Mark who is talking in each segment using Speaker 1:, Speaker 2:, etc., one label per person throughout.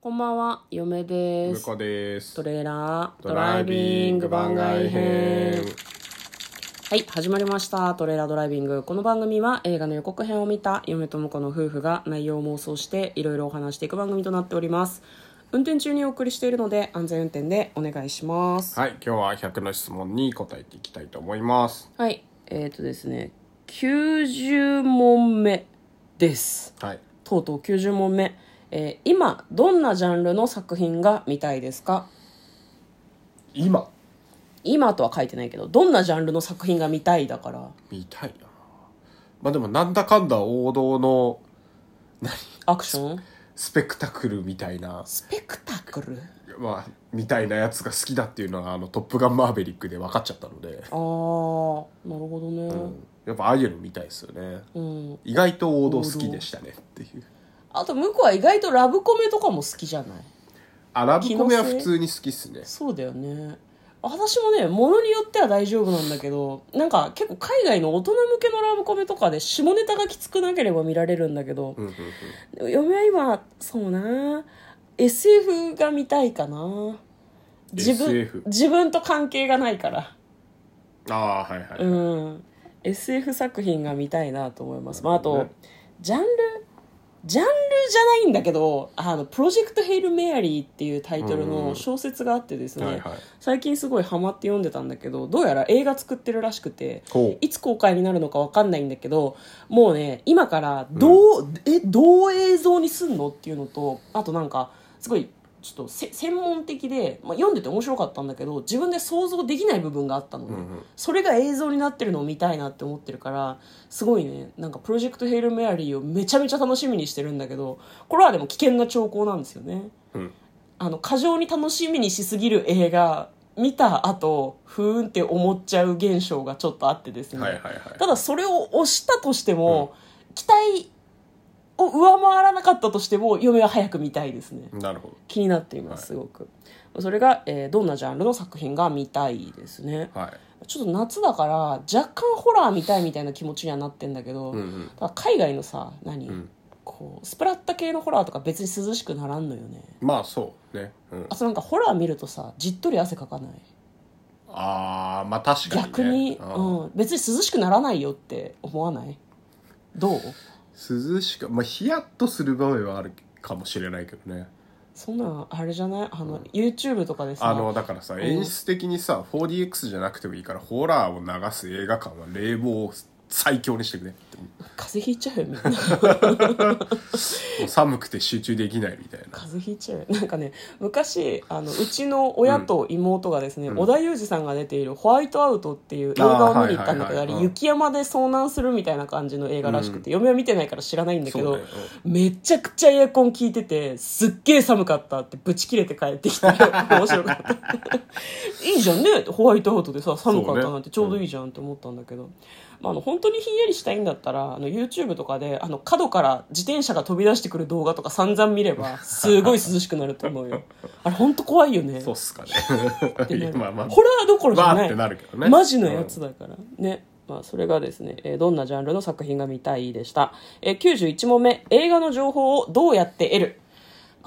Speaker 1: こんばんは、嫁で
Speaker 2: 向
Speaker 1: す
Speaker 2: こ。うです
Speaker 1: トレーラード
Speaker 2: ド
Speaker 1: ラ
Speaker 2: ラ
Speaker 1: イ
Speaker 2: イ
Speaker 1: ビ
Speaker 2: ビ
Speaker 1: ン
Speaker 2: ン
Speaker 1: グ
Speaker 2: グ
Speaker 1: 番
Speaker 2: 番
Speaker 1: 外
Speaker 2: 外
Speaker 1: 編
Speaker 2: 編。
Speaker 1: はい、始まりました。トレーラードライビング。この番組は映画の予告編を見た嫁と婿の夫婦が内容を妄想していろいろお話していく番組となっております。運転中にお送りしているので安全運転でお願いします。
Speaker 2: はい今日は100の質問に答えていきたいと思います
Speaker 1: はい、えっ、ー、とですね、90問目です。
Speaker 2: はい
Speaker 1: とうとう90問目。えー今、どんなジャンルの作品が見たいですか
Speaker 2: 今
Speaker 1: 今とは書いてないけどどんなジャンルの作品が見たいだから
Speaker 2: 見たいなまあでもなんだかんだ王道の
Speaker 1: アクション
Speaker 2: スペクタクルみたいな
Speaker 1: スペクタクル
Speaker 2: まあみたいなやつが好きだっていうのがあの「トップガンマーヴェリック」で分かっちゃったので、
Speaker 1: あーなるほど
Speaker 2: う
Speaker 1: ね
Speaker 2: んやっぱああいうの見たいですよね
Speaker 1: うん、
Speaker 2: 意外と王道好きでしたねっていう
Speaker 1: あと向こうは意外とラブコメとかも好きじゃない
Speaker 2: あラブコメは普通に好きっすね
Speaker 1: そうだよね私もね物によっては大丈夫なんだけどなんか結構海外の大人向けのラブコメとかで下ネタがきつくなければ見られるんだけど
Speaker 2: うんうんうん
Speaker 1: 嫁は今そうな SF が見たいかな自分
Speaker 2: SF
Speaker 1: 自分と関係がないから
Speaker 2: ああはいはい、
Speaker 1: うん、SF 作品が見たいなと思います、まあ、あ
Speaker 2: な
Speaker 1: と
Speaker 2: るほ
Speaker 1: ジャンルジャンルじゃないんだけど「あのプロジェクト・ヘイル・メアリー」っていうタイトルの小説があってですね、
Speaker 2: はいはい
Speaker 1: 最近すごいハマって読んでたんだけどどうやら映画作ってるらしくて
Speaker 2: ほう
Speaker 1: いつ公開になるのか分かんないんだけどもうね今からどう、えどう映像にすんのっていうのとあとなんかすごいちょっとせ専門的で、まあ、読んでて面白かったんだけど自分で想像できない部分があったのね、
Speaker 2: うんうん
Speaker 1: それが映像になってるのを見たいなって思ってるからすごいねなんかプロジェクト「ヘイル・メアリー」をめちゃめちゃ楽しみにしてるんだけどこれはでも危険な兆候なんですよね。
Speaker 2: うん
Speaker 1: あの過剰に楽しみにしすぎる映画見た後ふーんって思っちゃう現象がちょっとあってですね、
Speaker 2: はいはいはい
Speaker 1: ただそれを押したとしても、期待を上回らなかったとしても嫁は早く見たいですね
Speaker 2: なるほ
Speaker 1: 気になっていますすごく、それが、えーどんなジャンルの作品が見たいですね
Speaker 2: どはい
Speaker 1: ちょっと夏だから若干ホラー見たいみたいな気持ちにはなってんだけど、
Speaker 2: うんうん
Speaker 1: ただ海外のさ何、
Speaker 2: ん
Speaker 1: こうスプラッタ系のホラーとか別に涼しくならんのよね
Speaker 2: まあそうね、うん、
Speaker 1: あとなんかホラー見るとさじっとり汗かかない
Speaker 2: ああまあ確かに、ね、
Speaker 1: 逆に、
Speaker 2: うん
Speaker 1: うん、別に涼しくならないよって思わないどう
Speaker 2: 涼しくまあヒヤッとする場面はあるかもしれないけどね
Speaker 1: そんなんあれじゃないあの、YouTube とかでさ
Speaker 2: あのだからさ
Speaker 1: ん
Speaker 2: 演出的にさ 4DX じゃなくてもいいからホラーを流す映画館は冷房を最強にしてく れって思う
Speaker 1: 風邪ひいちゃうよみんな
Speaker 2: もう寒くて集中できないみたいな
Speaker 1: 風邪ひいちゃうよ なんかね昔あのうちの親と妹がですね、織田裕二さんが出ている「ホワイトアウト」っていう映画を見に行ったんだけど
Speaker 2: あーはいはい
Speaker 1: あ
Speaker 2: は
Speaker 1: れ
Speaker 2: い
Speaker 1: 雪山で遭難するみたいな感じの映画らしくて、嫁は見てないから知らないんだけ
Speaker 2: そう
Speaker 1: ど、
Speaker 2: ね
Speaker 1: めちゃくちゃエアコン効いてて、すっげえ寒かったってブチ切れて帰ってきたよ。面白かった。いいじゃんね。ホワイトアウトでさ、寒かったなんてちょうどいいじゃんって思ったんだけど。まあ、あの、本当にひんやりしたいんだったら、あの、YouTube とかで、あの、角から自転車が飛び出してくる動画とか散々見れば、すごい涼しくなると思うよ。あれ、本当怖いよね。
Speaker 2: そうっす かねいやまあまあ
Speaker 1: ホラーどころじゃ
Speaker 2: わ
Speaker 1: な
Speaker 2: ーっ
Speaker 1: い。
Speaker 2: てなるけどね
Speaker 1: マジのやつだから。ね。まあ、それがですね、えーどんなジャンルの作品が見たいでした。えー、91問目、映画の情報をどうやって得る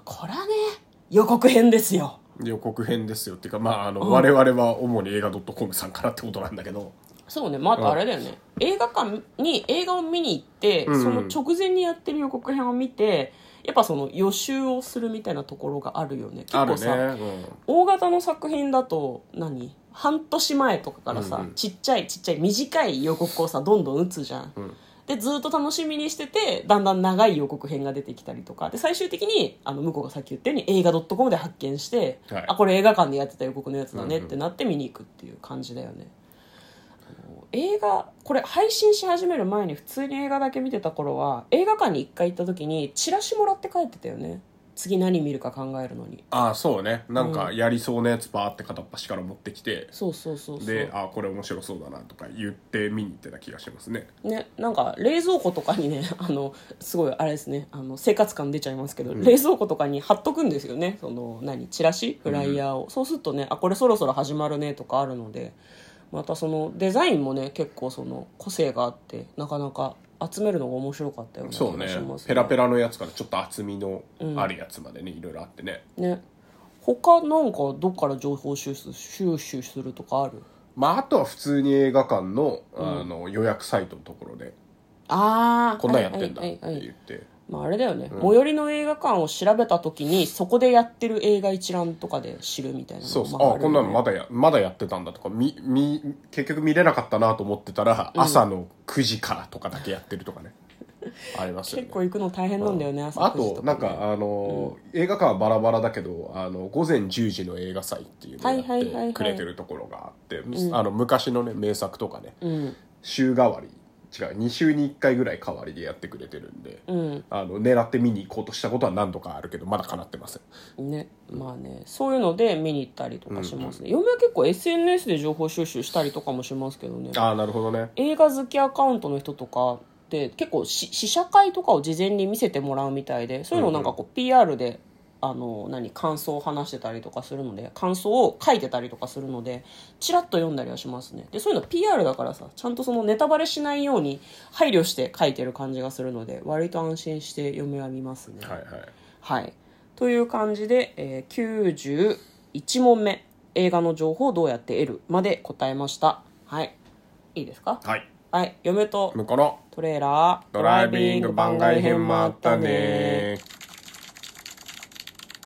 Speaker 1: これはね、予告編ですよ。
Speaker 2: 予告編ですよっていうかまああの我々は主に映画 .com さんからってことなんだけど
Speaker 1: そうね、まあ、あとあれだよね。映画館に映画を見に行って、
Speaker 2: ん
Speaker 1: その直前にやってる予告編を見て、やっぱその予習をするみたいなところがあるよね。結
Speaker 2: あ
Speaker 1: 構
Speaker 2: るね
Speaker 1: さ、大型の作品だと何半年前とかからさ、
Speaker 2: うんうん
Speaker 1: ちっちゃいちっちゃい短い予告をさどんどん打つじゃん、
Speaker 2: ん
Speaker 1: でずっと楽しみにしててだんだん長い予告編が出てきたりとかで最終的にあの向こうがさっき言ったように映画 .com で発見して、
Speaker 2: はい
Speaker 1: あこれ映画館でやってた予告のやつだねってなって見に行くっていう感じだよね、あの映画これ配信し始める前に普通に映画だけ見てた頃は映画館に1回行った時にチラシもらって帰ってたよね次何見るか考えるのに
Speaker 2: ああそうねなんかやりそうなやつバーって片っ端から持ってきて、
Speaker 1: そうそうそうそう
Speaker 2: であこれ面白そうだなとか言って見に行ってた気がしますね
Speaker 1: ね、なんか冷蔵庫とかにね あのすごいあれですねあの生活感出ちゃいますけど、冷蔵庫とかに貼っとくんですよねその何チラシフライヤーを、そうするとねあこれそろそろ始まるねとかあるのでまたそのデザインもね結構その個性があってなかなか集めるのが面白かったような
Speaker 2: そうね
Speaker 1: 気がします
Speaker 2: ペラペラのやつからちょっと厚みのあるやつまでね、いろいろあってね
Speaker 1: ね他なんかどっから情報収集収集するとかある
Speaker 2: まああとは普通に映画館のあの予約サイトのところで
Speaker 1: ああ
Speaker 2: こんなんやってんだって
Speaker 1: はいはいはい
Speaker 2: 言って
Speaker 1: まああれだよね、最寄りの映画館を調べた時にそこでやってる映画一覧とかで知るみたいなの
Speaker 2: そうそう
Speaker 1: まあ
Speaker 2: あこんなのま
Speaker 1: あるよね
Speaker 2: だやまだやってたんだとかみみ結局見れなかったなと思ってたら朝の9時からとかだけやってるとかねありますよね
Speaker 1: 結構行くの大変なんだよね、朝
Speaker 2: あ
Speaker 1: 9時
Speaker 2: と
Speaker 1: とかね
Speaker 2: なんかあの、映画館はバラバラだけどあの午前10時の映画祭っていうの
Speaker 1: は
Speaker 2: を
Speaker 1: いはいはい
Speaker 2: や
Speaker 1: は
Speaker 2: っ
Speaker 1: い
Speaker 2: てくれてるところがあって、あの昔のね名作とかね、
Speaker 1: うん
Speaker 2: 週替わり違う2週に1回ぐらい代わりでやってくれてるんで、
Speaker 1: うん
Speaker 2: あの狙って見に行こうとしたことは何度かあるけどまだ叶ってません
Speaker 1: ねまあねそういうので見に行ったりとかしますね、嫁は結構 SNS で情報収集したりとかもしますけどね
Speaker 2: ああなるほどね
Speaker 1: 映画好きアカウントの人とかって結構し試写会とかを事前に見せてもらうみたいでそういうのをなんかこう PR で、あの何感想を話してたりとかするので感想を書いてたりとかするのでチラッと読んだりはしますねでそういうの PR だからさちゃんとそのネタバレしないように配慮して書いてる感じがするので割と安心して嫁は見ますね
Speaker 2: はいはい
Speaker 1: はい。という感じで、えー91問目、映画の情報をどうやって得るまで答えました。はい。いいですか
Speaker 2: はい
Speaker 1: はい。嫁と
Speaker 2: 向こうの
Speaker 1: トレーラー、
Speaker 2: ドライビング番外編もあったね